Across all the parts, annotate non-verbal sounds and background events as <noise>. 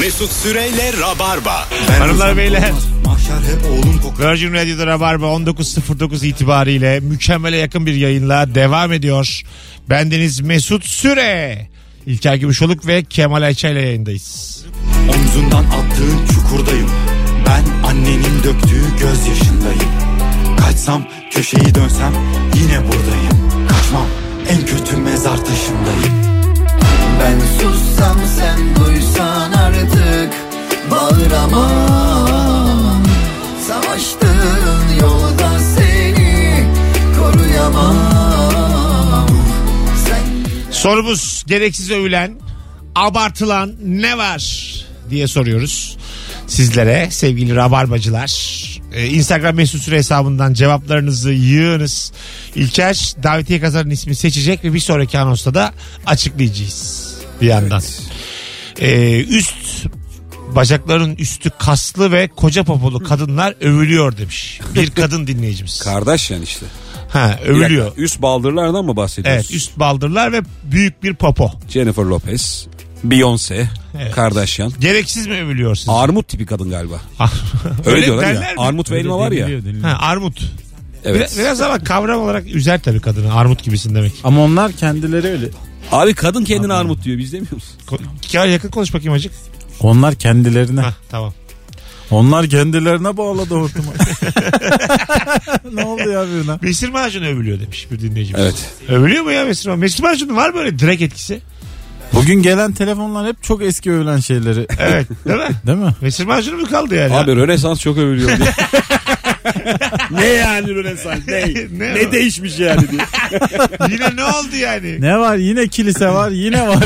Mesut Süreyle Rabarba. Hanımlar beyler Mahşer hep oğlum kokar. Virgin Radio'da Rabarba 19.09 itibariyle mükemmele yakın bir yayınla devam ediyor. Bendeniz Mesut Süre. İlker Gümüşoluk ve Kemal Ayça ile yayındayız. Omzundan attığın çukurdayım. Ben annenin döktüğü gözyaşındayım. Kaçsam köşeyi dönsem yine buradayım. Kaçmam en kötü mezar taşındayım. Ben sussam sen duysan artık bağıramam. Savaştığın yolda seni koruyamam. Sen Sorumuz gereksiz övülen, abartılan ne var diye soruyoruz sizlere sevgili Rabarbacılar. Ee, Instagram mesut süre hesabından cevaplarınızı yığınız. İlker davetiye kazanın ismi seçecek ve bir sonraki anonsta da açıklayacağız bir yandan. Ee, üst bacakların üstü kaslı ve koca popolu kadınlar övülüyor demiş. Bir kadın dinleyicimiz. Kardeş yani işte. Ha, Bir dakika, övülüyor. Üst baldırlardan mı bahsediyorsun? Evet üst baldırlar ve büyük bir popo. Jennifer Lopez, Beyoncé, Evet. Kardashian. Gereksiz mi övülüyor sizi? Armut tipi kadın galiba. Öyle, Öyle diyorlar ya. derler mi? Armut ve elma var ya. Ha, armut. Evet. Biraz, biraz ama kavram olarak üzer tabii kadını. Armut gibisin demek. Ama onlar kendileri öyle. Abi kadın kendine armut diyor biz demiyor musun? Ko- Ya yakın konuş bakayım acık. Onlar kendilerine. Ha, tamam. Onlar kendilerine bağladı <laughs> hortumu. ne oldu ya birine? Mesir macunu övülüyor demiş bir dinleyicimiz. Evet. Övülüyor mu ya mesir macunu? Mesir macunu var böyle direkt etkisi. Bugün gelen telefonlar hep çok eski övülen şeyleri. Evet <laughs> değil mi? Değil mi? Mesir macunu mu kaldı yani? Abi Rönesans çok övülüyor diyor. ne yani Rönesans? Ne, <laughs> Ne ne, o? değişmiş yani diyor. Yine ne oldu yani? Ne var yine kilise var yine var.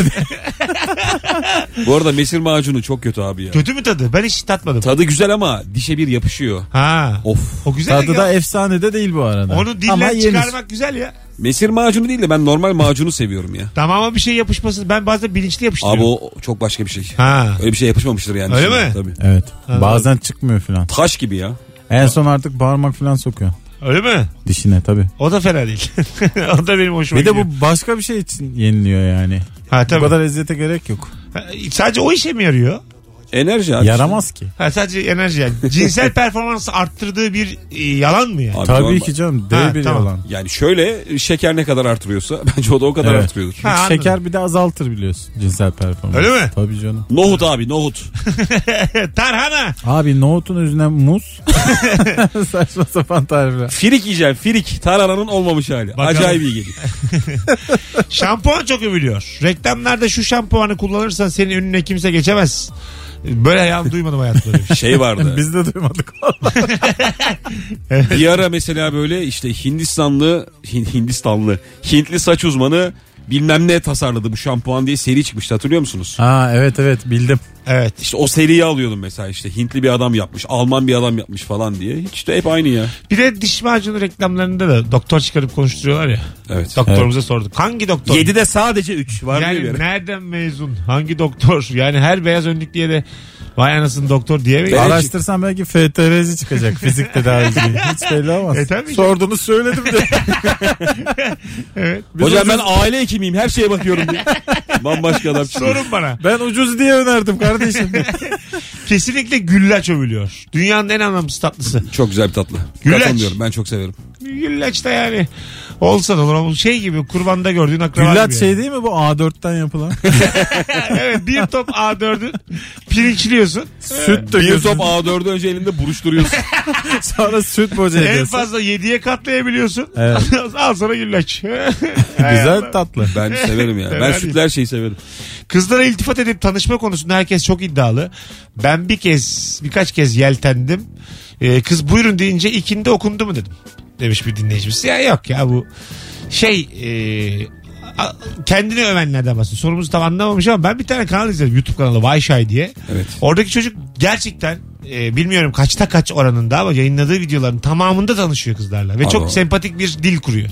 Bu arada mesir macunu çok kötü abi ya. Kötü mü tadı? Ben hiç tatmadım. Tadı güzel ama dişe bir yapışıyor. ha. Of. O güzel Tadı ya. e- da efsane de değil bu arada. Onu Ama dilden yenir. çıkarmak güzel ya. Mesir macunu değil de ben normal macunu seviyorum ya. Tamama bir şey yapışmasın. Ben bazen bilinçli Abi yapıştırıyorum. o çok başka bir şey. Ha. Öyle bir şey yapışmamıştır yani. Öyle Şimdi, mi? Tabii. Evet. Bazen çıkmıyor filan. Taş gibi ya. En son artık bağırmak filan sokuyor. Öyle mi? Dişine tabi. O da fena değil. <laughs> o da benim hoşuma Bir de gidiyor. bu başka bir şey için yeniliyor yani. Ha, tabii. Bu kadar lezzete gerek yok. Ha, Sadece o işe mi yarıyor? Enerji abi. Yaramaz ki. Ha, sadece enerji <laughs> yani. Cinsel performansı arttırdığı bir e, yalan mı yani? Abi normal. Tabii ki canım. Ha, Dev bir tamam. yalan. Yani şöyle şeker ne kadar artırıyorsa <laughs> bence o da o kadar Evet. artırıyordur. Ha, anladım. Şeker bir de azaltır biliyorsun cinsel performans. Öyle mi? Tabii canım. Nohut abi nohut. Tarhana. Abi nohutun <laughs> üzerine muz. Saçma sapan tarifler. Firik yiyeceğim firik. Tarhananın olmamış hali. Bakalım. Acayip iyi <laughs> geliyor. Şampuan çok övülüyor. Reklamlarda şu şampuanı kullanırsan senin önüne kimse geçemez. Böyle ya duymadım hayatımda. böyle bir şey. Şey vardı. Biz de duymadık. Bir ara mesela böyle işte Hindistanlı Hin- Hindistanlı Hintli saç uzmanı bilmem ne tasarladı bu şampuan diye seri çıkmıştı hatırlıyor musunuz? ha evet <laughs> evet bildim. Evet. İşte o seriyi alıyordum mesela işte Hintli bir adam yapmış, Alman bir adam yapmış falan diye. Hiç de hep aynı ya. Bir de diş macunu reklamlarında da doktor çıkarıp konuşturuyorlar ya. Evet. Doktorumuza sorduk. Hangi doktor? 7'de sadece 3 var diye bir Yani ara. nereden mezun? Hangi doktor? Yani her beyaz önlüklüye de vay anasını doktor diyemeyiz. Evet. Araştırsan belki FTR'ci çıkacak fizik tedavisi. Hiç belli olmaz. E, tabii ki. Sordunuz söyledim de. Evet. Hocam ben aile hekimiyim her şeye bakıyorum <laughs> diye. Bambaşka adam çıkıyor. Sorun bana. Ben ucuz diye önerdim kardeşim. Kesinlikle güllaç övülüyor. Dünyanın en anlamsız tatlısı. Çok güzel bir tatlı. Güleç. Katılmıyorum ben çok severim. Güllaç da yani. Olsa da olur. ama Şey gibi kurbanda gördüğün akraba Güllaç gibi. şey değil mi bu A4'ten yapılan? Evet bir top A4'ü <laughs> pirinçliyorsun. süt Bir döküyorsun. top A4'ü önce elinde buruşturuyorsun. Sonra süt boca <laughs> en ediyorsun. fazla 7'ye katlayabiliyorsun. Şey Evet. <laughs> Al sana <laughs> güllaç. Güzel tatlı. <laughs> Ben severim ya. Ben Sever sütlü her şeyi severim. Kızlara iltifat edip tanışma konusunda herkes çok iddialı. Ben bir kez birkaç kez yeltendim. Ee, kız buyurun deyince ikindi okundu mu dedim. Demiş bir dinleyicimiz. Ya yok ya bu şey e, a- kendini övenlerden bahsediyor. Sorumuzu tam anlamamış ama ben bir tane kanal izledim. YouTube kanalı Vayşay diye. Evet. Oradaki çocuk gerçekten e, bilmiyorum kaçta kaç oranında ama yayınladığı videoların tamamında tanışıyor kızlarla. Ve Abi çok o- sempatik bir dil kuruyor.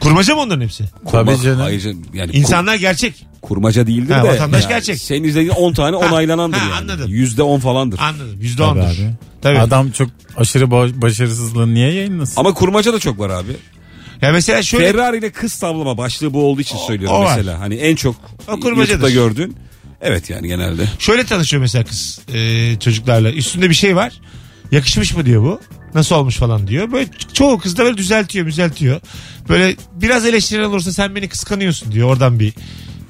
Kurmaca mı onların hepsi? Tabii canım. Hayır canım, yani kur- İnsanlar gerçek. kurmaca değildir Ha, de. vatandaş yani gerçek. Senin izlediğin 10 tane onaylanandır ha, yani. anladım. Yüzde 10 falandır. Anladım. Yüzde Tabii ondur. abi. Tabii. Adam çok aşırı ba- başarısızlığı niye yayınlasın? Ama kurmaca da çok var abi. Ya mesela şöyle Ferrari ile kız tavlama başlığı bu olduğu için söylüyorum o var. mesela. Hani en çok O kurmacadır. YouTube'da gördün. Evet yani genelde. Şöyle tanışıyor mesela kız e, çocuklarla. Üstünde bir şey var. Yakışmış mı diyor bu. Nasıl olmuş falan diyor. Böyle çoğu kız da böyle düzeltiyor düzeltiyor. Böyle biraz eleştiren olursa sen beni kıskanıyorsun diyor. Oradan bir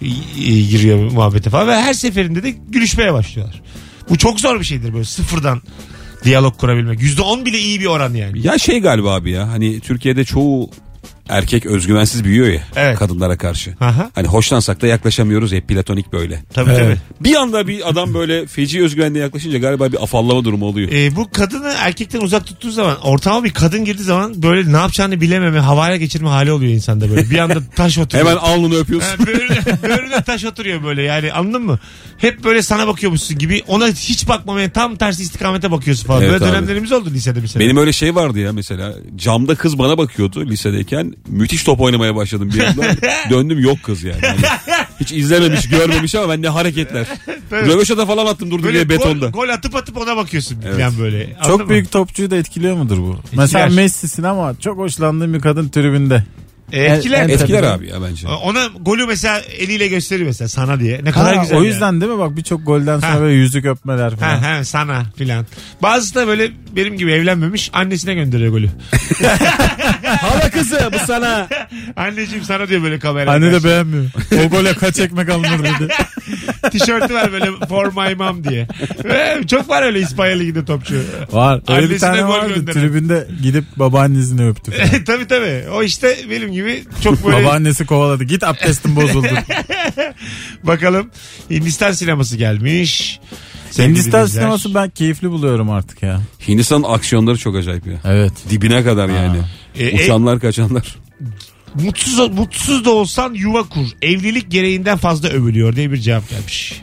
e, e, giriyor muhabbete falan. Ve her seferinde de gülüşmeye başlıyorlar. Bu çok zor bir şeydir böyle sıfırdan diyalog kurabilmek. Yüzde on bile iyi bir oran yani. Ya şey galiba abi ya hani Türkiye'de çoğu erkek özgüvensiz büyüyor ya Evet. kadınlara karşı. Aha. Hani hoşlansak da yaklaşamıyoruz hep platonik böyle. Tabii tabii. Bir anda bir adam böyle feci özgüvenle yaklaşınca galiba bir afallama durumu oluyor. E, bu kadını erkekten uzak tuttuğu zaman ortama bir kadın girdiği zaman böyle ne yapacağını bilememe havaya geçirme hali oluyor insanda böyle. Bir anda taş oturuyor. Hemen alnını öpüyorsun. Ha, böğrüne, böğrüne taş oturuyor <laughs> böyle yani anladın mı? Hep böyle sana bakıyormuşsun gibi ona hiç bakmamaya tam tersi istikamete bakıyorsun falan. Evet böyle abi. dönemlerimiz oldu lisede mesela. Benim öyle şey vardı ya mesela camda kız bana bakıyordu lisedeyken müthiş top oynamaya başladım bir <laughs> anda döndüm yok kız yani. Hani hiç izlememiş görmemiş ama ben ne hareketler. Röveşata falan attım durdu böyle diye betonda. Gol, gol atıp atıp ona bakıyorsun Evet. falan böyle. Anladın Çok mı? büyük topçuyu da etkiliyor mudur bu? Mesela Messi'sin ama çok hoşlandığın bir kadın tribünde. E, etkiler. El- el- Etkiler Tabii. abi ya bence. Ona golü mesela eliyle gösteriyor mesela sana diye. Ne kadar Ha, güzel. o ya. yüzden değil mi bak birçok golden sonra Ha. böyle yüzük öpmeler falan. Ha, ha, sana filan. Bazısı da böyle benim gibi evlenmemiş annesine gönderiyor golü. <laughs> Hala kızı bu <laughs> sana. Anneciğim sana diyor böyle kamera. Anne de beğenmiyor. O gole kaç ekmek <laughs> alınır dedi. Tişörtü var böyle for my mom <laughs> diye. Ve çok var öyle İspanya Ligi'nde topçu. Var. Öyle Annesine bir tane gol vardı. gönderen. Tribünde gidip babaannesini öptü. <laughs> falan. tabii tabii. O işte benim gibi çok böyle <laughs> Babaannesi kovaladı. Git <laughs> abdestin bozuldu. bakalım. Hindistan sineması gelmiş. Sevgili Hindistan dinleyiciler. sineması ben keyifli buluyorum artık ya. Hindistan aksiyonları çok acayip ya. Evet. Dibine kadar yani. E, e- Uçanlar kaçanlar. Mutsuz, mutsuz da olsan yuva kur. Evlilik gereğinden fazla övülüyor diye bir cevap gelmiş.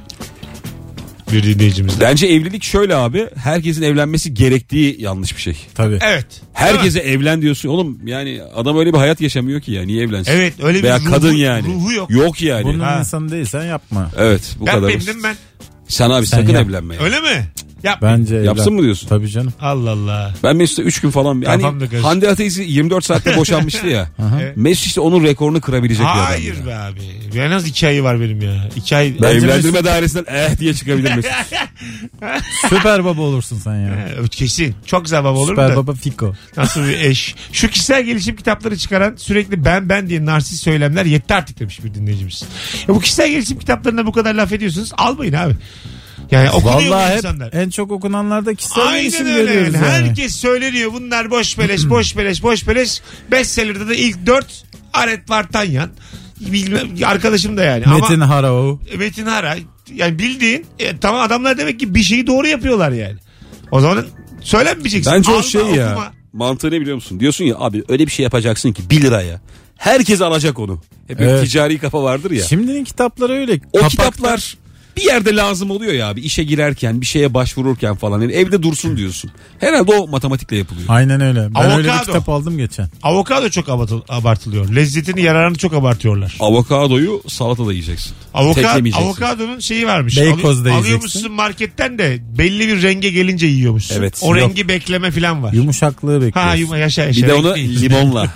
Bir dinleyicimizden. Bence evlilik şöyle abi. Herkesin evlenmesi gerektiği yanlış bir şey. Tabii. Evet. Değil mi? Herkese evlen diyorsun. Oğlum yani adam öyle bir hayat yaşamıyor ki ya. Niye evlensin? Evet öyle bir Veya ruhu- kadın yani. ruhu yok. yani. Bunun Ha. insanı değilsen yapma. Evet bu ben kadar. bendim ben. Sen abi Sen sakın yap. evlenme. ya. Öyle mi? Yap. Bence evlen. Yapsın mı diyorsun? <laughs> Tabii canım. Allah Allah. Ben Mesut'a 3 gün falan. Yani Kafam da karıştı. Hande Ateiz'i 24 saatte boşanmıştı ya. Evet. Mesut işte onun rekorunu kırabilecek bir Hayır adam. ya. be abi. En az iki ayı var benim ya. İki ay. Bence Evlendirme dairesinden eh diye çıkabilir Mesut. Süper baba olursun sen ya. Ee, Kesin. Çok zaman olur Süper da. baba Fiko. Nasıl bir eş? Şu kişisel gelişim kitapları çıkaran sürekli ben ben diye narsist söylemler yetti artık demiş bir dinleyicimiz. Ya bu kişisel gelişim kitaplarına bu kadar laf ediyorsunuz almayın abi. Yani okunuyor Vallahi bu hep insanlar. en çok okunanlarda kişisel Aynen gelişim öyle yani. görüyoruz yani. Herkes söyleniyor bunlar boş beleş boş beleş boş beleş. Bestseller'da da ilk dört Aret Vartanyan. Bilmem, arkadaşım da yani. Metin Ama Harao. Metin Hara. Yani bildiğin e, tamam adamlar demek ki bir şeyi doğru yapıyorlar yani. O zaman söylenmeyeceksin. Bence o Alma, şey ya. okuma. Mantığı ne biliyor musun? Diyorsun ya abi öyle bir şey yapacaksın ki 1 liraya. Herkes alacak onu. Hep bir Evet. ticari kafa vardır ya. Şimdinin kitapları öyle. o Kapakta- kitaplar bir yerde lazım oluyor ya abi. işe girerken bir şeye başvururken falan. Yani evde dursun diyorsun. Herhalde o matematikle yapılıyor. Aynen öyle. Ben öyle bir Avokado. kitap aldım geçen. Avokado çok abartıl- abartılıyor. Lezzetini yararını çok abartıyorlar. Avokadoyu salatada yiyeceksin. Avoka, Teklemeyeceksin. avokadonun şeyi varmış. Beykoz'da Alı- yiyeceksin. Alıyormuşsun marketten de belli bir renge gelince yiyormuşsun. Evet, o yok. rengi bekleme falan var. Yumuşaklığı ha bekliyorsun. yuma yaşa yaşa. Bir de onu bekleyin. <laughs> limonla.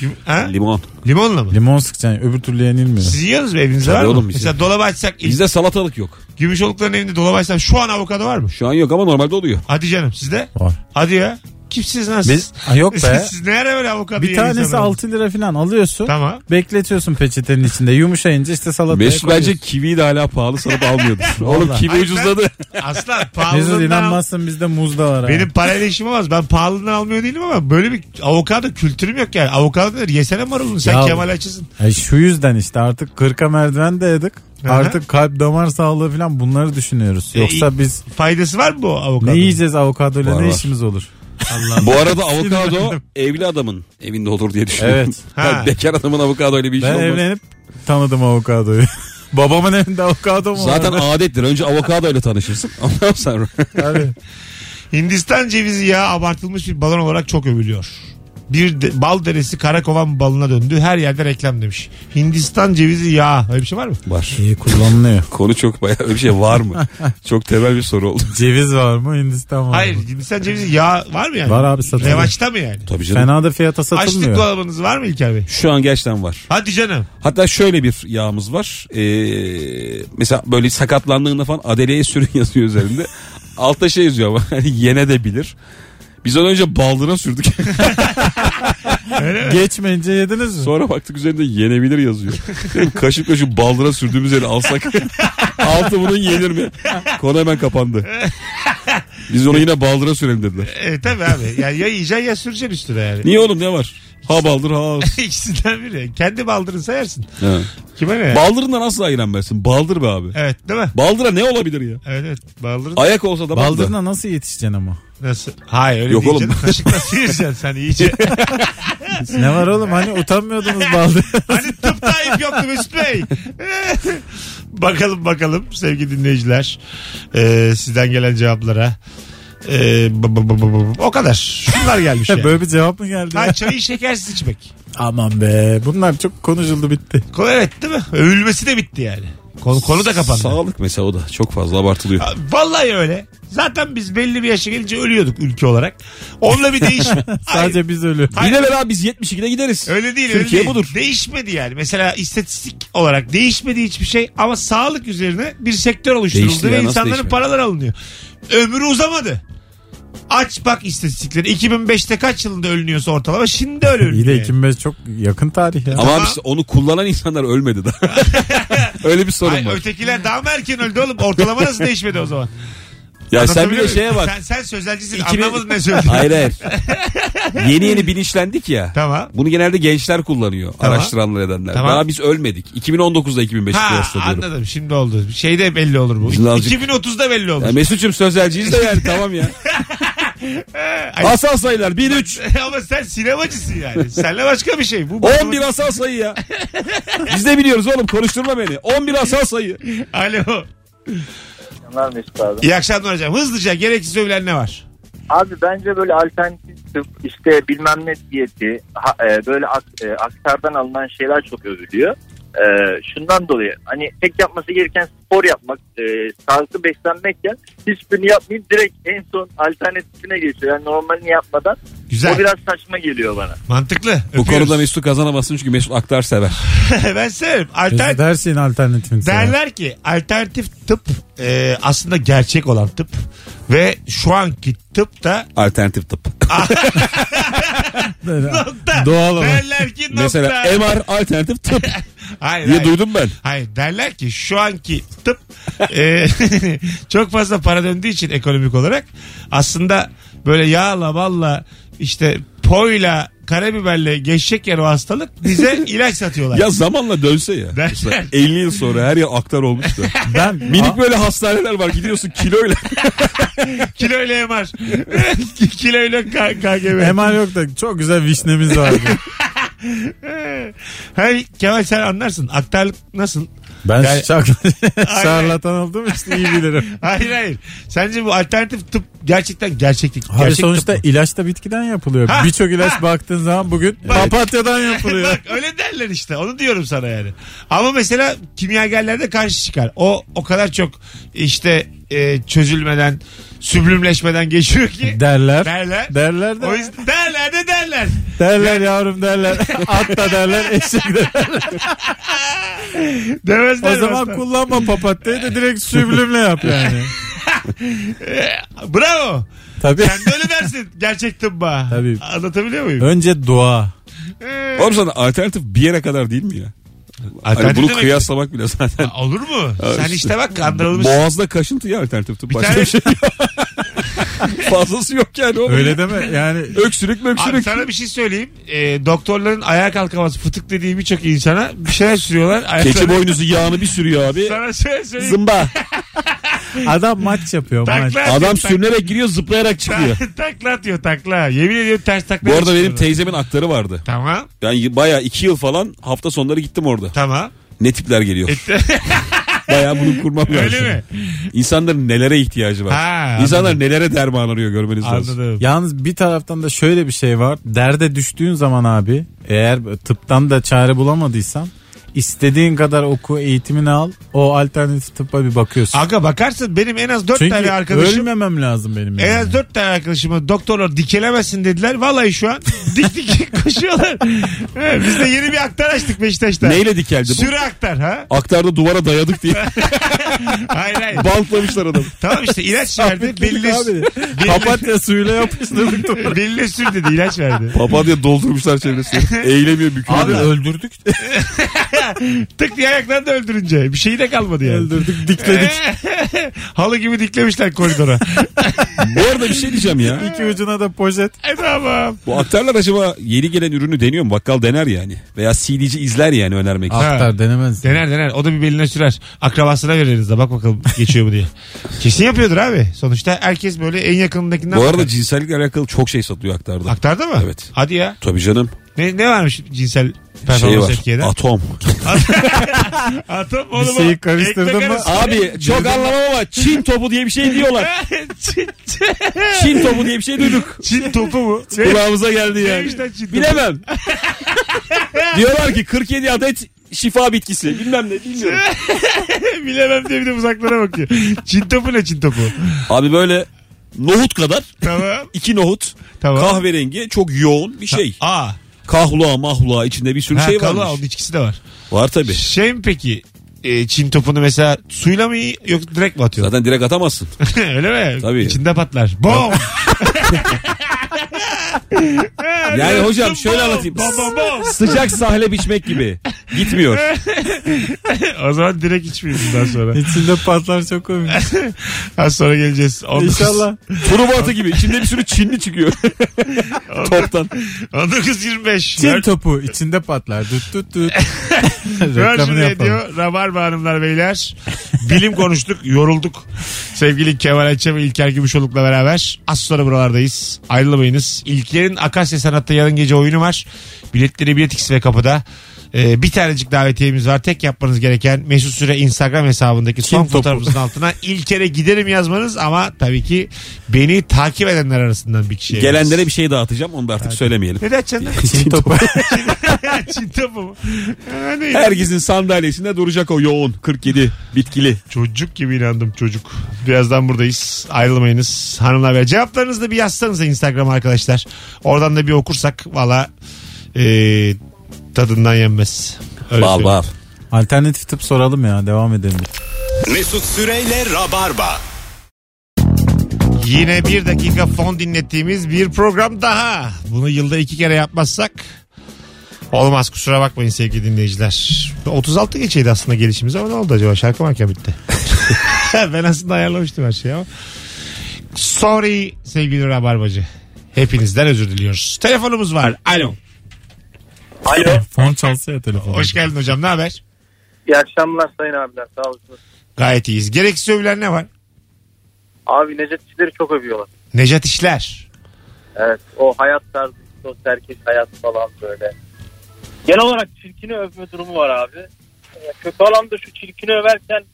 Yum- ha? Limon. Limonla mı? Limon sıkacaksın öbür türlü yenilmiyor. Siz yiyorsunuz mu evinizde Tabii var mı? oğlum biz Mesela dolabı açsak ilk Bizde salatalık yok. Gümüşolukların evinde dolabı açsak şu an avokado var mı? Şu an yok ama normalde oluyor. Hadi canım sizde? Var. <laughs> Hadi ya. Kimsiniz nasıl? Biz- Ha, yok be. <laughs> siz ne ara böyle avokado Bir yiyen tanesi insanlar? 6 lira falan alıyorsun. Tamam. Bekletiyorsun peçetenin içinde. Yumuşayınca işte salataya Mesut bence koyuyorsun. kiviyi de hala pahalı sanıp <laughs> almıyordur. Oğlum Vallahi. kivi Ay, ucuzladı. <laughs> Aslan Mesut pahalılığından inanmazsın bizde muz da var. ha. Benim parayla işim olmaz. Ben pahalılığından almıyor değilim ama böyle bir avokado kültürüm yok yani. Avokado nedir? Yesene marulunu. Sen Ya- Kemal açısın. Ay şu yüzden işte artık 40'a merdiven dayadık. Aha. Artık kalp damar sağlığı falan bunları düşünüyoruz. E, Yoksa biz Faydası var mı bu avokado? ne yiyeceğiz avokadoyla Var, ne var. işimiz olur? Bu arada avokado evli adamın evinde olur diye düşünüyorum. <laughs> Evet. Ha. Bekar adamın avokado ile bir işi Ben şey olmaz. evlenip tanıdım avokadoyu. <laughs> Babamın evinde avokado mu Zaten var? adettir. Önce avokado ile tanışırsın. <laughs> Ondan sonra. <laughs> Tabii. Hindistan cevizi yağı abartılmış bir balon olarak çok övülüyor. Bir de, bal deresi Karakovan balına döndü. Her yerde reklam demiş. Hindistan cevizi yağı. Öyle bir şey var mı? Var. <laughs> İyi kullanılıyor. Konu çok bayağı öyle bir şey var mı? çok temel bir soru oldu. Ceviz var mı? Hindistan var Hayır. mı? Hindistan cevizi yağı var mı yani? Var abi, satılıyor. Revaçta mı yani? Tabii canım. Fena da fiyata Açlık satılmıyor. dolabınız var mı İlker Bey? Şu an gerçekten var. Hadi canım. Hatta şöyle bir yağımız var. Ee, mesela böyle sakatlandığında falan adeleye sürün <laughs> yazıyor üzerinde. Altta şey yazıyor ama <laughs> hani yene de bilir. Biz ondan önce baldıra sürdük. Geçmeyince yediniz mi? Sonra baktık üzerinde yenebilir yazıyor. Dedim, Kaşıkla şu baldıra sürdüğümüz yeri alsak altı bunun yenir mi? Konu hemen kapandı. Biz onu yine baldıra sürelim dediler. E, tabii abi. Yani ya yiyeceksin ya süreceksin üstüne <laughs> yani. <laughs> Niye oğlum ne var? Ha baldır ha. ağız. İkisinden biri. Kendi baldırını sayarsın. Ha. Kime ne? Baldırından asla iğrenmezsin. Baldır be abi. evet değil mi? Baldıra ne olabilir ya? Evet evet. Baldırın Ayak olsa da baldır. Baldırına nasıl yetişeceksin ama? nasıl? Hayır öyle Yok değil oğlum. canım. Kaşık nasıl yiyeceksin sen iyice? ne var oğlum hani utanmıyordunuz baldır. <laughs> hani tıpta ayıp yoktu Mesut Bey. <laughs> bakalım bakalım sevgili dinleyiciler. Ee, sizden gelen cevaplara. Ee, bu- bu- bu- bu- bu- bu- o kadar. Şunlar gelmiş yani. Böyle bir cevap mı geldi? ya? Ha, çayı şekersiz içmek. Aman be bunlar çok konuşuldu bitti. Ko- Evet değil mi? Övülmesi de bitti yani. Konu, konu da kapandı. Sağlık mesela o da çok fazla abartılıyor. Ha, Vallahi öyle. Zaten biz belli bir yaşa gelince ölüyorduk ülke olarak. Onunla bir değişme. Hayır. Sadece biz ölüyoruz. Hayır. Yine beraber biz 72'de gideriz. Öyle değil. öyle Türkiye değil. budur. Değişmedi yani. Mesela istatistik olarak değişmedi hiçbir şey ama sağlık üzerine bir sektör Değişti oluşturuldu ya, ve nasıl insanların değişmedi? paralar alınıyor. Ömrü uzamadı. Aç bak istatistikleri. 2005'te kaç yılında ölünüyorsa ortalama <laughs> şimdi öyle ölünüyor. İyi de yani. 2005 çok yakın tarih ya. Ama abi işte onu kullanan insanlar ölmedi daha. <laughs> Öyle bir sorun Ay, var. ötekiler daha mı erken öldü oğlum? Ortalama nasıl değişmedi o zaman? ya sen bir Anlatabiliyor de muyum? şeye bak. Sen, sen sözelcisin. 2000 Anlamadın ne söylediğini. Hayır hayır. yeni yeni bilinçlendik ya. Tamam. Bunu genelde gençler kullanıyor. Tamam. Araştıranlar edenler. Tamam. Daha biz ölmedik. 2019'da 2005'i Ha kıyaslıyorum. anladım şimdi oldu. Şeyde belli olur bu. Biz azıcık- 2030'da belli olur. Ya Mesut'cum sözelciyiz de yani tamam <laughs> ya. Ee, asal sayılar 1003. Ama sen sinemacısın yani. Senle başka bir şey. Bu 11 asal sayı ya. Biz de biliyoruz oğlum konuşturma beni. 11 asal sayı. Alo. akşamlar Mesut abi. İyi akşamlar hocam. Hızlıca gereksiz övülen ne var? Abi bence böyle alternatif tıp işte bilmem ne diyeti ha- e, böyle ak- e, aktardan alınan şeyler çok övülüyor. E, şundan dolayı hani tek yapması gereken spor yapmak, e, sağlıklı beslenmekken hiçbirini yapmayıp direkt en son alternatifine geçiyor. Yani normalini yapmadan Güzel. o biraz saçma geliyor bana. Mantıklı. Bu Öpüyoruz. konuda Mesut'u kazanamazsın çünkü Mesut aktar sever. <laughs> ben severim. Mesut Alternatif her şeyin alternatifini sever. derler ki alternatif tıp e, aslında gerçek olan tıp ve şu anki tıp da Alternatif tıp. nokta. Doğal olarak. Derler ki <laughs> nokta. Mesela MR alternatif <laughs> tıp hayır, diye hayır. duydum ben. Hayır derler ki şu anki tıp <laughs> e, çok fazla para döndüğü için ekonomik olarak aslında böyle yağla balla işte poyla karabiberle geçecek yer o hastalık bize ilaç satıyorlar. Ya zamanla dönse ya. Ben- Mesela 50 yıl sonra her yer aktar olmuş <laughs> da. Ben Minik böyle hastaneler var gidiyorsun kiloyla. Kiloyla MR. <laughs> Kiloyla K- KGB. Hemen yok da çok güzel vişnemiz vardı. <laughs> Hey, Kemal sen anlarsın. Aktarlık nasıl? Ben Yani- şak- <laughs> şarlatan oldum işte iyi bilirim. Hayır hayır. Sence bu alternatif tıp gerçekten gerçeklik. Abi gerçek sonuçta tıp mı? ilaç da bitkiden yapılıyor. Ha. Birçok ilaç baktığın zaman bugün papatyadan <laughs> yapılıyor. Bak öyle derler işte. Onu diyorum sana yani. Ama mesela kimyagerler de karşı çıkar. O o kadar çok işte e, çözülmeden, süblümleşmeden geçiyor ki. derler. Derler. Derler de. O yüzden derler de derler. Derler <laughs> yavrum derler. At da derler eşek de derler. Demezler. O zaman aslan. kullanma papatyayı da <laughs> direkt süblimle yap yani. Bravo. Tabii. Sen de öyle dersin. Gerçek tıbba. Tabii. Anlatabiliyor muyum? Önce dua. Oğlum sana alternatif bir yere kadar değil mi ya? Hani Alternatif bunu demek- kıyaslamak bile zaten. Ha, Olur mu? Sen işte. işte bak kandırılmış. Boğazda kaşıntı ya alternatif tıp. Başka tane- bir <laughs> şey yok. Fazlası yok yani oğlum. Öyle deme yani. Öksürük Abi möksürük. sana bir şey söyleyeyim. Ee, doktorların ayağa kalkaması fıtık dediği birçok insana bir şeyler sürüyorlar. Keçi Ayakları... boynuzu yağını bir sürüyor abi. Sana şöyle söyleyeyim. Zımba. Adam maç yapıyor maç. Takla atıyor, Adam tak- sürünerek giriyor zıplayarak çıkıyor. <laughs> ta- takla atıyor takla. Yemin ediyorum ters takla. Bu arada benim yapıştırıyorlar. teyzemin aktarı vardı. Tamam Yani bayağı iki yıl falan hafta sonları gittim orada. tamam. Ne tipler geliyor. <laughs> Bayağı bunu kurmam lazım. Öyle mi? İnsanların nelere ihtiyacı var? Ha, anladım. İnsanlar nelere derman arıyor görmeniz lazım. Anladım. Yalnız bir taraftan da şöyle bir şey var. Derde düştüğün zaman abi eğer tıptan da çare bulamadıysan istediğin kadar oku eğitimini al o alternatif tıbba bir bakıyorsun. Aga bakarsın benim en az 4 Çünkü tane arkadaşım ölmemem lazım benim. en yani. az dört tane arkadaşıma doktorlar dikelemezsin dediler. Vallahi şu an <laughs> dik dik koşuyorlar. Evet, biz de yeni bir aktar açtık Beşiktaş'ta. Neyle dikeldi bu? Sürü aktar ha. Aktarda duvara dayadık <laughs> diye Hayır hayır. bantlamışlar adamı. tamam işte ilaç verdi. Sabitledik Belli, abi. belli, Papatya suyuyla yapıştırdık da. belli sür dedi ilaç verdi. Papatya doldurmuşlar çevresini. Eğilemiyor bükülüyor. Abi öldürdük. Tık diye ayaklarını da öldürünce. Bir şeyi de kalmadı yani. <laughs> öldürdük dikledik. <laughs> Halı gibi <laughs> diklemişler koridora. Bu arada bir şey diyeceğim ya. İki ucuna da poşet. e tamam. Bu aktarlar acaba yeni gelen ürünü deniyor mu? Bakkal dener yani. Veya CD'ci izler yani önermek için. Aktar denemez. Dener dener. O da bir beline sürer. Akrabasına veririz de bak bakalım geçiyor mu diye. Kesin yapıyordur abi. Sonuçta herkes böyle en yakınındakinden. Bu arada bakar. cinsellikle alakalı çok şey satılıyor aktarda. Aktardı mı? Evet. Hadi ya. Tabii canım. Ne, ne varmış cinsel Şey performans var. etki eden? Atom. <laughs> Atom Bir şeyi karıştırdın mı? <laughs> Abi çok anlamam ama Çin topu diye bir şey diyorlar. <laughs> Çin, Çin topu diye bir şey duyduk. Çin topu mu? <laughs> Kulağımıza geldi yani. Neymiş lan Çin <laughs> topu? Bilemem. diyorlar ki 47 adet şifa bitkisi. Bilmem ne bilmiyorum. <laughs> Bilemem diye bir de uzaklara bakıyor. Çin topu ne Çin topu? Abi böyle nohut kadar. <laughs> Tamam. iki nohut. Tamam. Kahverengi çok yoğun bir şey. Aa. Kahlua mahlua içinde bir sürü Ha, şey kalı varmış. onun içkisi de var. Var tabii. Şey mi peki? E, Çin topunu mesela suyla mı yiyor, yok direkt mi atıyor? Zaten direkt <laughs> atamazsın. Öyle mi? Tabii. İçinde patlar. Bom! <laughs> Yani hocam şöyle anlatayım. bom bom bom. Sıcak sahlep içmek gibi. Gitmiyor. o zaman direkt içmiyoruz bundan sonra. İçinde patlar çok komik. Az sonra geleceğiz. 19, <laughs> İnşallah. Turbo atı gibi. İçinde bir sürü Çinli <laughs> çıkıyor. Toptan. 19.25. Çin Virgin topu içinde patlar. Düt düt düt. Reklamını Virgin yapalım. Radio, Rabarba Hanımlar Beyler. Bilim konuştuk, yorulduk. Sevgili Kemal Ayça ve İlker Gümüşoluk'la beraber az sonra buralardayız. Ayrılmayınız. İlker'in Akasya Sanat'ta yarın gece oyunu var. Biletleri Bilet X ve kapıda. Ee, bir tanecik davetiyemiz var. Tek yapmanız gereken Mesut Süre Instagram hesabındaki son topu. fotoğrafımızın <laughs> altına İlker'e giderim yazmanız ama tabii ki beni takip edenler arasından bir kişiye. Gelenlere bir şey dağıtacağım. Onu da artık söylemeyelim. Ne de açacaksın <laughs> lan? Çin <laughs> topu. Çin topu mu? Ha, neydi? Herkesin sandalyesinde duracak o yoğun 47 bitkili. Çocuk gibi inandım çocuk. Birazdan buradayız. Ayrılmayınız hanımlar ve cevaplarınızı da bir yazsanıza Instagram arkadaşlar. Oradan da bir okursak valla e, tadından yenmez. Öyle Bal söyleyeyim. bal. Alternatif tıp soralım ya devam edelim. Mesut Süreyle Rabarba. Yine bir dakika fon dinlettiğimiz bir program daha. Bunu yılda iki kere yapmazsak olmaz kusura bakmayın sevgili dinleyiciler. 36 geçeydi aslında gelişimiz ama ne oldu acaba şarkı varken bitti. <laughs> ben aslında ayarlamıştım her şeyi ama. Sorry sevgili Rabarbacı. Hepinizden özür diliyoruz. Telefonumuz var. Alo. Alo. Fon çalsa ya telefon. Hoş geldin hocam ne haber? İyi akşamlar sayın abiler. Sağ olasınız. Gayet iyiyiz. Gereksiz övülen ne var? Abi Necetçileri çok övüyorlar. Necat İşler. Evet. O hayat tarzı, o erkek hayat falan böyle. Genel olarak çirkini övme durumu var abi. Ee, Kötü olan da şu çirkini överken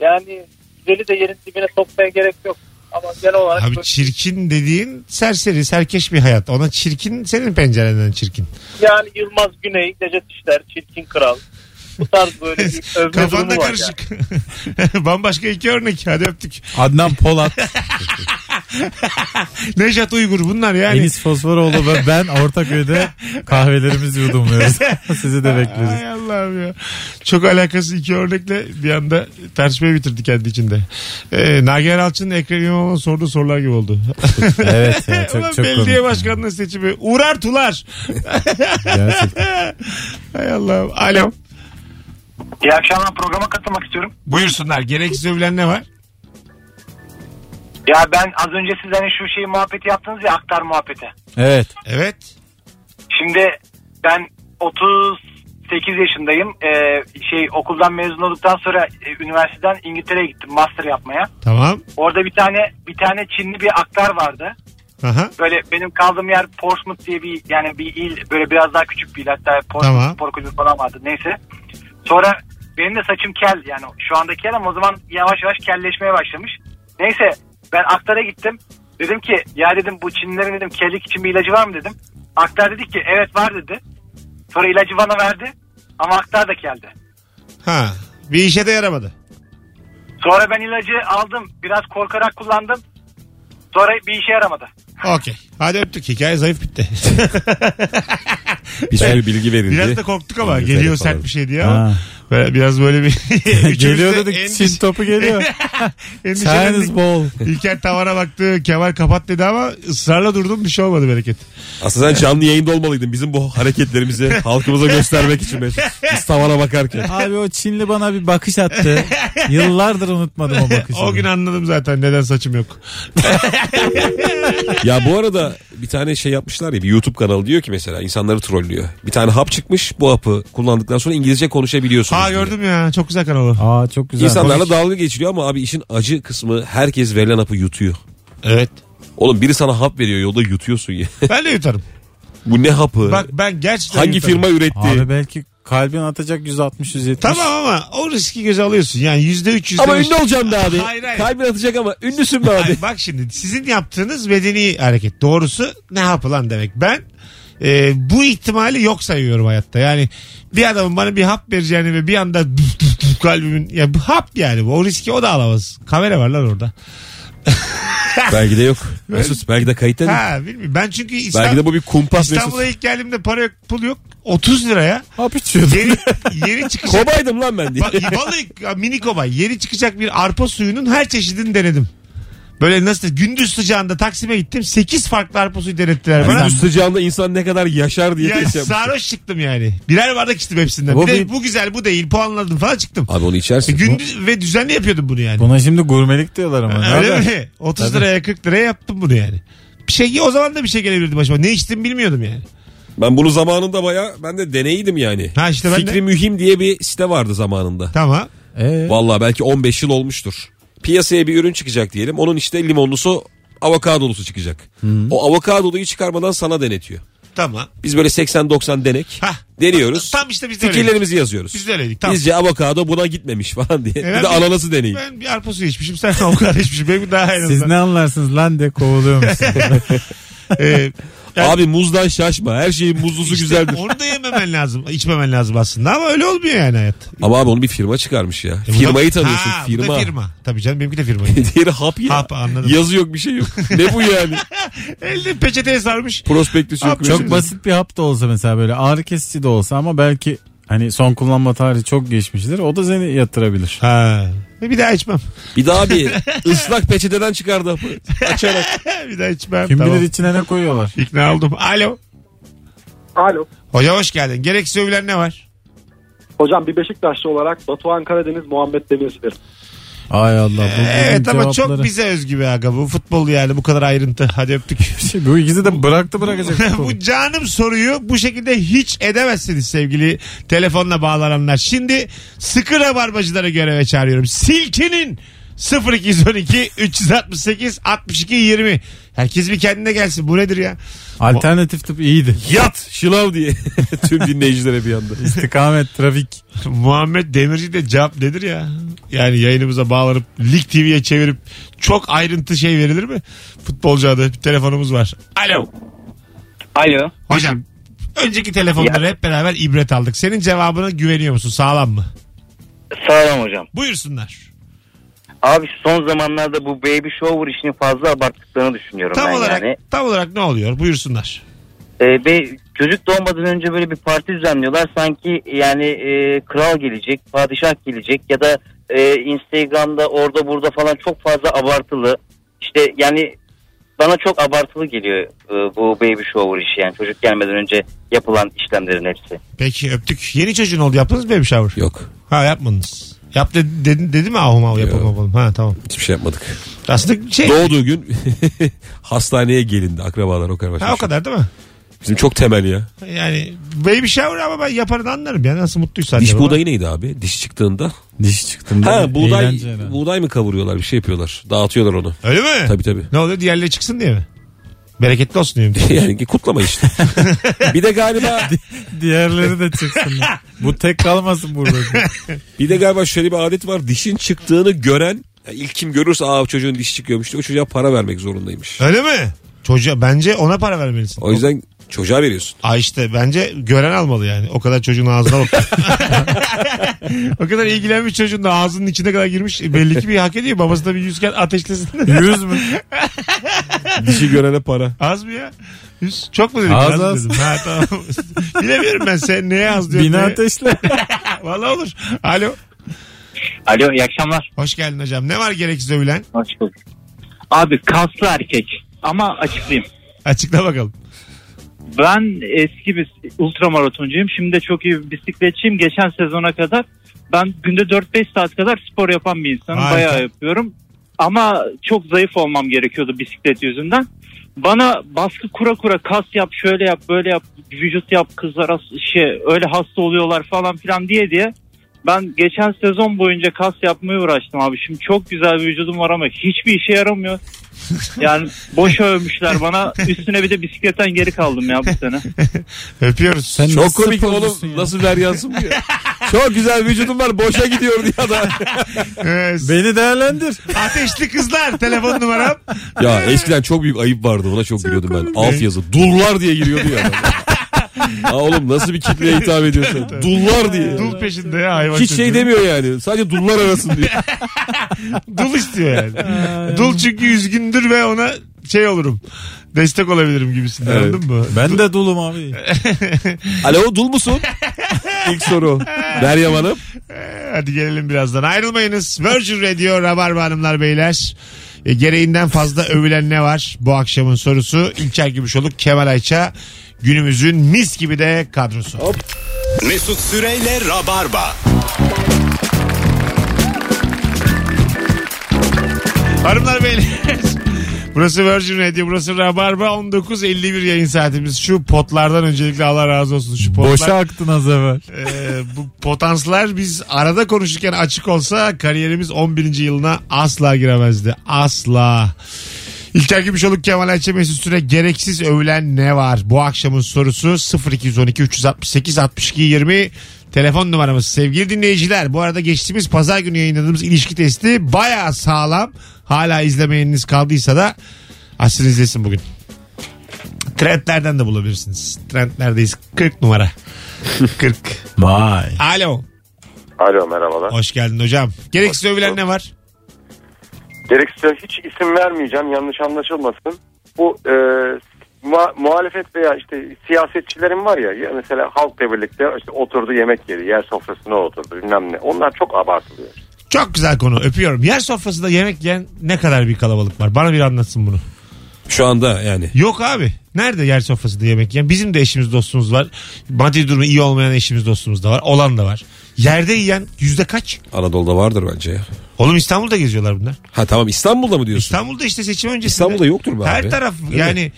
yani güzeli de yerin dibine sokmaya gerek yok. Ama genel olarak Abi böyle- çirkin dediğin serseri serkeş bir hayat. Ona çirkin senin pencerenden çirkin. yani Yılmaz Güney, Necdet İşler, Çirkin Kral. Bu tarz böyle <laughs> bir övme durumu Kafanda var yani. karışık. <laughs> Bambaşka iki örnek. Hadi öptük. Adnan Polat, Nejat Uygur bunlar yani. Enis Fosforoğlu ve ben <laughs> Ortaköy'de kahvelerimizi yudumluyoruz. <laughs> Sizi de bekleriz. Ay Allah'ım ya. Çok alakası iki örnekle bir anda tartışmayı bitirdi kendi içinde. Ee, Nagihan Alçı'nın Ekrem İmamoğlu'na sorduğu sorular gibi oldu. Evet <laughs> ya Ulan çok çok belediye komik. başkanlığı seçimi. Uğrar Tular. Gerçekten. <laughs> Hay Allah'ım. Alo. İyi akşamlar programa katılmak istiyorum. Buyursunlar. Gereksiz övülen ne var? Ya ben az önce siz hani şu şeyi muhabbeti yaptınız ya aktar muhabbeti. Evet. Evet. Şimdi ben 38 yaşındayım. Ee, şey okuldan mezun olduktan sonra e, üniversiteden İngiltere'ye gittim master yapmaya. Tamam. Orada bir tane bir tane Çinli bir aktar vardı. Aha. Böyle benim kaldığım yer Portsmouth diye bir yani bir il böyle biraz daha küçük bir il hatta Portsmouth Tamam. Spor Kulübü falan vardı neyse. Sonra Benim de saçım kel yani şu anda kel ama o zaman yavaş yavaş kelleşmeye başlamış. Neyse ben Aktar'a gittim. Dedim ki ya dedim bu Çinlilerin dedim kellik için bir ilacı var mı dedim. Aktar dedi ki evet var dedi. Sonra ilacı bana verdi ama Aktar da keldi. Ha. Bir işe de yaramadı. Sonra ben ilacı aldım biraz korkarak kullandım. Sonra bir işe yaramadı. Okey. Hadi öptük. Hikaye <laughs> zayıf bitti. Bir sürü bilgi verildi. Biraz da korktuk ama Güzel geliyor yapalım. sert bir şey diye ama. Ha. Böyle Biraz böyle bir... <laughs> Üçümüz de Geliyor dedik endişe- Çin <laughs> topu geliyor. Çayınız endişelendik. <laughs> bol. İlker tavana baktı. Kemal kapat dedi ama ısrarla durdum. Bir şey olmadı bereket. Aslında sen canlı yayında olmalıydın. Bizim bu <laughs> hareketlerimizi halkımıza göstermek için Mesut. Biz tavana bakarken. Abi o Çinli bana bir <laughs> bakış attı. Yıllardır unutmadım o bakışı. O gün anladım zaten neden saçım yok. Ya bu arada bir tane şey yapmışlar ya bir YouTube kanalı diyor ki mesela insanları trollüyor. Bir tane hap çıkmış bu hapı kullandıktan sonra İngilizce konuşabiliyorsunuz. Ha diyor. gördüm ya. Çok güzel kanalı. Aa çok güzel. İnsanlarla dalga geçiliyor ama abi işin acı kısmı herkes verilen hapı yutuyor. Evet. Oğlum biri sana hap veriyor yolda yutuyorsun ya. <laughs> Ben de yutarım. bu ne hapı? Bak ben gerçekten Hangi yutarım. firma üretti? Abi belki kalbin atacak 160 170. Tamam ama o riski göze alıyorsun. Yani yüzde üç yüzde ama beş- ünlü olacağım da abi. Hayır, hayır. Kalbin atacak ama ünlüsün be abi. Hayır, bak şimdi sizin yaptığınız medeni hareket. Doğrusu ne yapılan demek. Ben e, bu ihtimali yok sayıyorum hayatta. Yani bir adamın bana bir hap vereceğini ve bir anda kalbimin ya bu hap yani bu. O riski o da alamaz. Kamera var lan orada. belki de yok. <laughs> Mesut belki de kayıtta değil. Ha bilmiyorum. Ben çünkü İstanbul, Belki de bu bir kumpas Mesut. İstanbul'a ilk geldiğimde para yok, pul yok. 30 liraya Hap içiyordum. yeni <laughs> yeni çıkacak. Kobaydım lan ben diye. <laughs> Bak, vallahi ya, mini kobay. Yeni çıkacak bir arpa suyunun her çeşidini denedim. Böyle nasıl gündüz sıcağında Taksim'e gittim. 8 farklı arpa suyu denettiler bana. Gündüz sıcağında insan ne kadar yaşar diye Yani test yapmış. sarhoş çıktım yani. Birer bardak içtim hepsinden. Bu bir de bir- bu güzel bu değil puanladım falan çıktım. E, Abi onu içersin. Gündüz ve düzenli yapıyordum bunu yani. Buna şimdi gurmelik diyorlar ama. ne Öyle haber? mi? 30 liraya 40 liraya yaptım bunu yani. Bir şey o zaman da bir şey gelebilirdi başıma. Ne içtim bilmiyordum yani. Ben bunu zamanında baya ben de deneydim yani. Ha işte ben Fikri de- Mühim diye bir site vardı zamanında. Tamam. Ee, Valla belki 15 yıl olmuştur. Piyasaya bir ürün çıkacak diyelim. Onun işte limonlusu avokadolusu çıkacak. O avokadoluyu çıkarmadan sana denetiyor. Tamam. Biz böyle 80-90 denek Hah. deniyoruz. Tam işte biz de öyleydik. Fikirlerimizi yazıyoruz. Biz de öyleydik. Tamam. E Bizce avokado buna gitmemiş <laughs> falan diye. Evet, bir de biz- ananası deneyin. Ben bir arpa suyu içmişim. Sen <laughs> o kadar içmişsin. Benim daha en siz azından. ne anlarsınız lan <laughs> de kovuluyor musun? <laughs> Ee, yani- Abi muzdan şaşma. Her şeyin muzlusu İşte güzeldir. Onu da yememen lazım. içmemen lazım aslında ama öyle olmuyor yani hayat. Ama abi onu bir firma çıkarmış ya. E bu da- Firmayı tanıyorsun. Ha, Bu firma. da firma. Tabii canım benimki de firma. <laughs> Diğeri hap ya. Hap, anladım. Yazı yok bir şey <laughs> yok. ne bu yani? Elde peçeteye sarmış. Prospektüs yok. Abi bir şey çok yok. basit bir hap da olsa mesela böyle ağrı kesici de olsa ama belki hani son kullanma tarihi çok geçmiştir. O da seni yatırabilir. Ha. Ve bir daha içmem. <laughs> Bir daha bir ıslak peçeteden çıkardı hapı. Açarak. <laughs> bir daha içmem. Kim tamam. bilir içine ne koyuyorlar. İkna oldum. Alo. Alo. Hoca hoş geldin. Gereksiz övülen ne var? Hocam bir Beşiktaşlı olarak Batuhan Karadeniz Muhammed Demir'dir. Ay Allah. bu- bu evet ama çok cevapları- bize özgü be aga. Bu futbol yani bu kadar ayrıntı. Hadi <laughs> öptük. <laughs> Şey, bu ikisi de bıraktı bırakacak. bu canım soruyu bu şekilde hiç edemezsiniz sevgili telefonla bağlananlar. Şimdi sıkı rabarbacılara göreve çağırıyorum. Silkinin 0212 368 62 20. Herkes bir kendine gelsin. Bu nedir ya? Alternatif tıp iyiydi. Yat şılav diye. Tüm dinleyicilere bir anda. <laughs> İstikamet, trafik. Muhammed Demirci de cevap nedir ya? Yani yayınımıza bağlanıp Lig TV'ye çevirip çok ayrıntı şey verilir mi? Futbolcu adı. Bir telefonumuz var. Alo. Alo. Hocam önceki telefonları hep beraber ibret aldık. Senin cevabına güveniyor musun? Sağlam mı? Sağ hocam. Buyursunlar. Abi son zamanlarda bu baby shower işini fazla abarttıklarını düşünüyorum Tam ben olarak yani. tam olarak ne oluyor? Buyursunlar. Ee, ve çocuk doğmadan önce böyle bir parti düzenliyorlar. Sanki yani e, kral gelecek, padişah gelecek ya da e, Instagram'da orada burada falan çok fazla abartılı. İşte yani bana çok abartılı geliyor e, bu baby shower işi yani çocuk gelmeden önce yapılan işlemlerin hepsi. Peki öptük. Yeni çocuğun oldu yaptınız mı baby shower? Yok. Ha yapmadınız. Yap dedi, dedi, dedi mi ahum ahum yapalım Yok. yapalım. Ha tamam. Hiçbir şey yapmadık. Aslında şey Doğduğu gün <laughs> hastaneye gelindi akrabalar o kadar. başka ha, o bir şey. kadar değil mi? Bizim çok temel ya. Yani baby shower ama ben yaparını anlarım yani nasıl mutluysa. Diş anne baba. buğdayı neydi abi? Diş çıktığında. Diş çıktım. Ha buğday, Eğlence herhalde. buğday mı kavuruyorlar bir şey yapıyorlar. Dağıtıyorlar onu. Öyle mi? Tabii tabii. <laughs> Ne oluyor diğerleri çıksın diye mi? Bereketli olsun diyorum. <laughs> Yani ki kutlama işte. bir de galiba <laughs> Diğerleri de çıksın. Bu tek kalmasın burada. Bir de galiba şöyle bir adet var. Dişin çıktığını gören ya ilk kim görürse aa çocuğun dişi çıkıyormuş diye o çocuğa para vermek zorundaymış. <laughs> Öyle mi? Çocuğa bence ona para vermelisin. O yüzden çocuğa veriyorsun. Aa işte bence gören almalı yani. O kadar çocuğun ağzına <laughs> bak. o kadar ilgilenmiş çocuğun da ağzının içine kadar girmiş. E, Belli ki bir hak ediyor. Babası da bir yüzken ateşlesin. <laughs> Yüz mü? Dişi görene para. az mı ya? Yüz. Çok mu dedim? Az, mı az. dedim. Ha <laughs> tamam. Bilemiyorum ben sen neye az diyorsun. Bina diye. ateşle. Valla olur. Alo. Alo iyi akşamlar. Hoş geldin hocam. Ne var gereksiz övülen? Hoş bulduk. Abi kaslı erkek ama açıklayayım. Açıkla bakalım. Ben eski bir ultramaratoncuyum. Şimdi de çok iyi bir bisikletçiyim. Geçen sezona kadar ben günde 4-5 saat kadar spor yapan bir insanım. Harika. Bayağı yapıyorum. Ama çok zayıf olmam gerekiyordu bisiklet yüzünden. Bana baskı kura kura kas yap şöyle yap böyle yap vücut yap kızlar as- şey öyle hasta oluyorlar falan filan diye diye ben geçen sezon boyunca kas yapmaya uğraştım abi. Şimdi çok güzel bir vücudum var ama hiçbir işe yaramıyor. Yani boş övmüşler bana. Üstüne bir de bisikletten geri kaldım ya bu sene. Öpüyoruz. Çok komik oğlum. sporcusun ya? Nasıl veryansın bu ya? Çok güzel vücudum var boşa gidiyor diye da. Ee, Beni değerlendir. ateşli kızlar telefon numaram. <laughs> Ya eskiden çok büyük ayıp vardı ona çok gülüyordum ben. Alt yazı dullar diye giriyordu ya. <laughs> Aa oğlum nasıl bir kitleye hitap ediyorsun? Dullar diye. Dul peşinde ya hayvan Hiç çocuğu. şey demiyor yani. Sadece dullar arasın diye. Dul istiyor yani. Dul çünkü üzgündür ve ona şey olurum. Destek olabilirim gibisinden Evet. anladın mı? Ben de dulum abi. <laughs> Alo dul musun? İlk soru. Meryem Hanım. Ee, Hadi gelelim birazdan. Ayrılmayınız. Virgin Radio Rabarba Hanımlar Beyler. E, gereğinden fazla övülen ne var? Bu akşamın sorusu İlker Gümüşoluk, Kemal Ayça. Günümüzün mis gibi de kadrosu. Mesut Süreyle Rabarba. Hanımlar beyler. <laughs> Burası Virgin Radio, burası Rabarba. 19.51 yayın saatimiz. Şu potlardan öncelikle Allah razı olsun. Şu potlar, Boşa aktın az evvel. Ee, bu potanslar biz arada konuşurken açık olsa kariyerimiz 11. yılına asla giremezdi. Asla. İlker Gümüşoluk Kemal Ayça Mesut Süre gereksiz övülen ne var? Bu akşamın sorusu 0212 368 62 20 telefon numaramız. Sevgili dinleyiciler bu arada geçtiğimiz pazar günü yayınladığımız ilişki testi baya sağlam. Hala izlemeyeniniz kaldıysa da açsın izlesin bugün. Trendlerden de bulabilirsiniz. Trendlerdeyiz 40 numara. 40. Vay. Alo. Alo merhabalar. Hoş geldin hocam. Gereksiz övülen ne var? Gerekirse hiç isim vermeyeceğim yanlış anlaşılmasın. Bu e, mua- muhalefet veya işte siyasetçilerin var ya, ya mesela halkla birlikte işte oturdu yemek yedi yer sofrasına oturdu bilmem ne. Onlar çok abartılıyor. Çok güzel konu. Öpüyorum. Yer sofrasında yemek yiyen ne kadar bir kalabalık var? Bana bir anlatsın bunu. Şu anda yani. Yok abi. Nerede yer sofrasında yemek yiyen? Bizim de eşimiz dostumuz var. Maddi durumu iyi olmayan eşimiz dostumuz da var. Olan da var. Yerde yiyen yüzde kaç? Anadolu'da vardır bence ya. Oğlum İstanbul'da geziyorlar bunlar. Ha tamam İstanbul'da mı diyorsun? İstanbul'da işte seçim öncesinde. İstanbul'da yoktur be Her abi. taraf Öyle. yani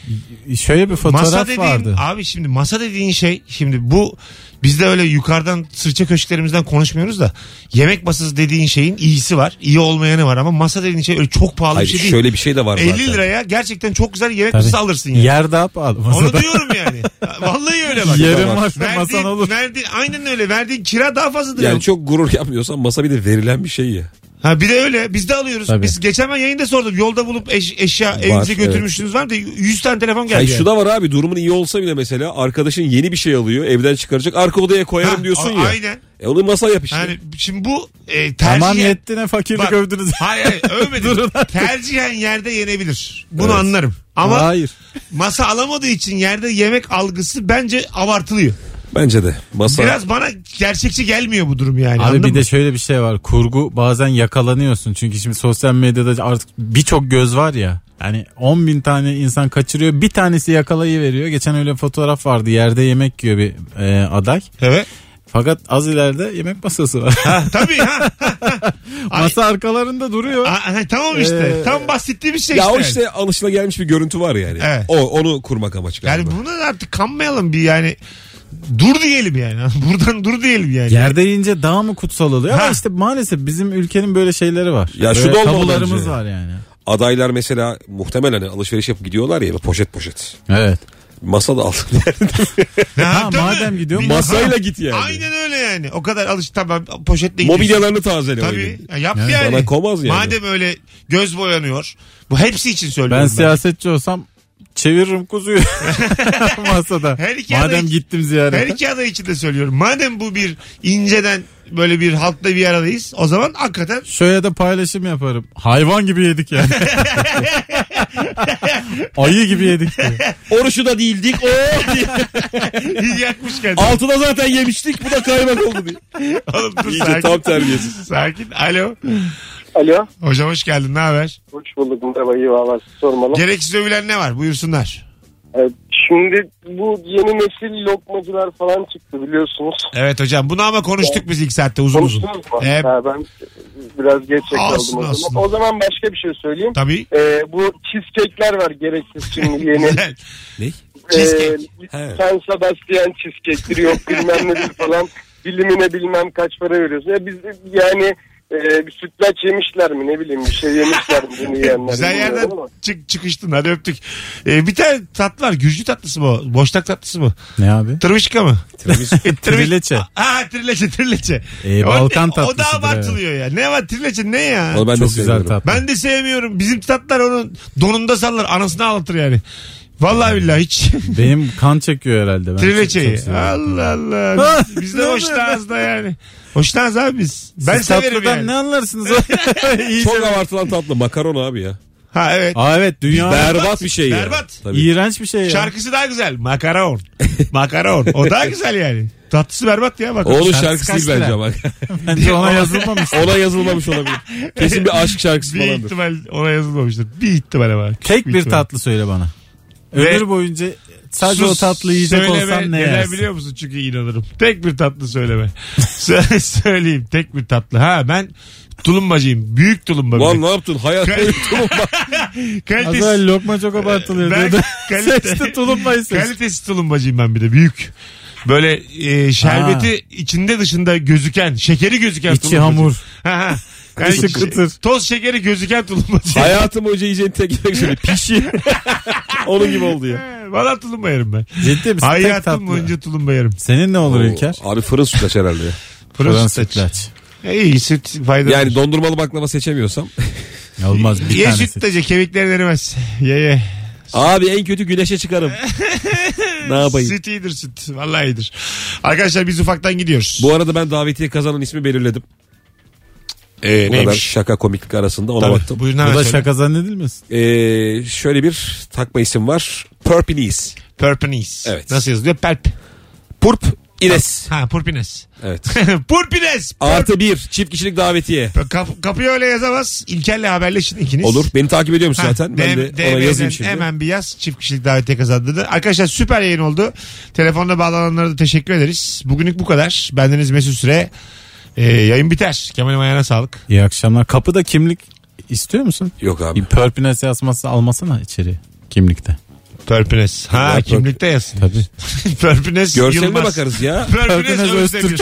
Şöyle bir masa fotoğraf dediğin vardı. abi şimdi masa dediğin şey şimdi bu biz de öyle yukarıdan sırça köşklerimizden konuşmuyoruz da yemek masası dediğin şeyin iyisi var iyi olmayanı var ama masa dediğin şey öyle çok pahalı Hayır, bir şey değil. şöyle bir şey de var 50 zaten. liraya gerçekten çok güzel yemek Tabii. masası alırsın yani. Yerde ap al. Onu Masada. diyorum <laughs> yani. Vallahi öyle bak. Yerin varsa Verdiğin- masan olur. verdiğin- aynen öyle. Verdiğin kira daha fazladır. Yani ya. çok gurur yapmıyorsan masa bir de verilen bir şey ya. Ha bir de öyle. Biz de alıyoruz. Tabii. Biz geçen ben yayında sordum. Yolda bulup eş- eşya evinize götürmüşsünüz var mı? 100 tane telefon geldi. Ay yani. şu da var abi durumun iyi olsa bile mesela arkadaşın yeni bir şey alıyor evden çıkaracak arka odaya koyarım Ha, diyorsun a- ya. Aynen. E onu masaya yap işte. Yani şimdi bu e, Aman tercihen... yetti ne fakirlik Bak. övdünüz. <laughs> Hayır, hayır övmedim. Durun artık. tercihen yerde yenebilir. Bunu Evet. anlarım. Ama Hayır. masa alamadığı için yerde yemek algısı bence abartılıyor. Bence de masa. Biraz bana gerçekçi gelmiyor bu durum yani. Abi anladın bir mı? de şöyle bir şey var. Kurgu bazen yakalanıyorsun. Çünkü şimdi sosyal medyada artık birçok göz var ya. Yani 10 bin tane insan kaçırıyor. Bir tanesi yakalayıveriyor. Geçen öyle fotoğraf vardı. Yerde yemek yiyor bir e, aday. Evet. Fakat az ileride yemek masası var. <laughs> Tabii ha. <laughs> Ay- Masa arkalarında duruyor. Aa, ha, tamam işte. Ee, Tam bahsettiğim şey ya işte. o işte alışılagelmiş bir görüntü var yani. Evet. O onu kurmak amaç Yani galiba. bunu artık kanmayalım bir yani. Dur diyelim yani. <laughs> Buradan dur diyelim yani. Yerde yiyince daha mı kutsal oluyor? Ha. Ama işte maalesef bizim ülkenin böyle şeyleri var. Ya şu Böyle da olmalı tabularımız bence. var yani. Adaylar mesela muhtemelen alışveriş yapıp gidiyorlar ya poşet poşet. Evet. Masa da al. <laughs> Ha, E, tabii. madem gidiyor. Bir- Masayla git yani. Aynen öyle yani. O kadar alış tamam poşetle gidiyorsun. Mobilyalarını tazele. o Tabii. gün. Ya yap Yani yani. bana komaz yani. Madem öyle göz boyanıyor. Bu hepsi için Ben söylüyorum. Ben, siyasetçi olsam <laughs> çeviririm kuzuyu masada. Her iki Madem yana- gittim Her ziyarete. iki aday için de söylüyorum. Madem bu bir inceden böyle bir halkla bir aradayız. O zaman hakikaten Şöyle de paylaşım yaparım. Hayvan gibi <laughs> yedik yani. Ayı gibi yedik. diye. Oruçu da değildik. <laughs> Oo diye. iyi yakmış kendini. Altı da zaten yemiştik. Bu da kaymak oldu diye. Oğlum dur İyice sakin. tam <laughs> terbiyesiz. Sakin. Alo. Alo. Hocam hoş geldin. Ne haber? Hoş bulduk. Merhaba. iyi vallahi siz sormalı. Gereksiz övülen ne var? Buyursunlar. Evet, Şimdi bu yeni nesil lokmacılar falan çıktı biliyorsunuz. Evet hocam. Bunu ama konuştuk biz ilk saatte uzun uzun. Konuştunuz mu? Ee, Ha, ben biraz geç Olsun, yakaladım o olsun. zaman. O zaman başka bir şey söyleyeyim. tabii. Ee, bu cheesecake'ler var gereksiz şimdi yeni. Güzel. Ne? ee, <laughs> Cheesecake. He. San Sebastian cheesecake'tir yok bilmem nedir <laughs> falan. Dilimine bilmem kaç para veriyorsun. Ya biz yani e, bir sütlaç yemişler mi ne bileyim bir şey yemişler mi bunu yiyenler. Güzel bilmiyorum yerden ama. çık, çıkıştın hadi öptük. Ee, bir tane tatlı var. Gürcü tatlısı mı o? Boşnak tatlısı mı? Ne abi? Tırmışka mı? E, Tırmış- Trileçe. Ha trileçe trileçe. Ee, O- Balkan O da tatlısıdır, abartılıyor ya. Ne var trileçe ne ya? Onu ben Çok de güzel seviyorum. tatlı. Ben de sevmiyorum. Bizim tatlar onun donunda sallar. Anasını ağlatır yani. Vallahi billahi hiç. Benim kan çekiyor herhalde. Ben çok- <laughs> Trileçeyi. çok seviyorum. Allah Allah. Ha, Biz, biz <laughs> ne de hoşlanız da yani. Hoşlanız abi biz. Ben Siz severim tatlıdan yani. ne <laughs> anlarsınız? İyice- Çok abartılan tatlı. Makaron abi ya. Ha evet. Aa, evet dünya Berbat bir şey ya. Berbat. Tabii. iğrenç bir şey ya. Şarkısı daha güzel. Makaron. Makaron. O daha güzel yani. Tatlısı berbat ya bak. Onun şarkısı değil kaç bence lira? ama. Bence ona yazılmamış. Ona yazılmamış olabilir. Kesin bir aşk şarkısı Bir falandır. ihtimal ona yazılmamıştır. Bir ihtimal ama. Küçük Tek bir ihtimal. tatlı söyle bana. Ve- Ömür boyunca sadece Sus, o tatlı yiyecek söyleme, olsan ne neden yersin? biliyor musun? Çünkü inanırım. Tek bir tatlı söyleme. <laughs> Sö- söyleyeyim tek bir tatlı. Ha ben tulumbacıyım. Büyük tulumba. Lan Vallahi. ne yaptın? Hayatta Kal- yuttum ama. Az Kalitesi, evvel lokma çok abartılıyor Ben dedi. kalite- <laughs> Seçti tulumbayı seçti. kalitesi tulumbacıyım ben bir de büyük. Böyle e, şerbeti içinde dışında gözüken, şekeri gözüken İçi tulumbacıyım. hamur. Ha, <laughs> ha. Dışı ş- kıtır. Toz şekeri gözüken tulumbacıyım. Hayatım hoca yiyeceğin tek yemek şöyle pişi. Onun gibi oldu <laughs> ya. Valla tulumba yerim ben. Ciddi misin? Tek Hayatım tatlı. boyunca tulumba yerim. Senin ne olur İlker? Oo, Abi fırın sütlaç herhalde. ya. Fırın Fırın sütlaç. sütlaç. İyi süt faydalı. Yani dondurmalı baklava seçemiyorsam. <laughs> Olmaz bir Ye tanesi. sütlacı kemikleri denemez. Ye ye. Abi en kötü güneşe <laughs> çıkarım. ne yapayım? Süt iyidir süt. Vallahi iyidir. Arkadaşlar biz ufaktan gidiyoruz. Bu arada ben davetiye kazanan ismi belirledim. ee, Bu kadar şaka komiklik arasında ona Tabii. baktım. Buyurun Bu hemen da söyle. şaka zannedilmesin. Ee, şöyle bir takma isim var. Purpinese. Purpines. Evet. Nasıl yazılıyor? Perp. Purp Ines. <laughs> Ha Purpines. Evet. Purpines. Artı bir çift kişilik davetiye. Kap, kapıyı öyle yazamaz. İlker'le haberleşin ikiniz. Olur. Beni takip ediyormuş Ha, zaten. Ben DM de ona yazayım şimdi. Hemen bir yaz. Çift kişilik davetiye kazandığını. Arkadaşlar süper yayın oldu. Telefonda bağlananlara da teşekkür ederiz. Bugünlük bu kadar. Bendeniz Mesut Süre. Ee, yayın biter. Kemal'im ayağına sağlık. İyi akşamlar. Kapıda kimlik istiyor musun? Yok abi. Bir pörpines yazması almasana içeri kimlikte. Purpines. Ha Ya, kimlikte yazsın. <laughs> Tabii. Purpines Görseline Yılmaz. bakarız <laughs> ya. Pörpünes Pörpünes Özdemir.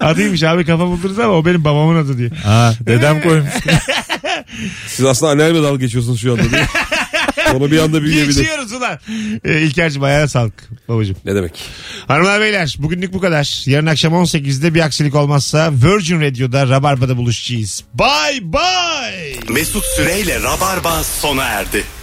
<laughs> Adıymış abi kafa buldunuz ama o benim babamın adı diye. Ha, Ee. dedem koymuş. Siz aslında annemle dalga geçiyorsunuz şu <laughs> anda. Değil mi? Onu bir anda büyüyebilir. Geçiyoruz ulan. Ee, İlker'cim ayağına sağlık babacığım. Ne demek? Hanımlar beyler bugünlük bu kadar. Yarın akşam 18'de bir aksilik olmazsa Virgin Radio'da Rabarba'da buluşacağız. Bye bye. Mesut Süreyle Rabarba sona erdi.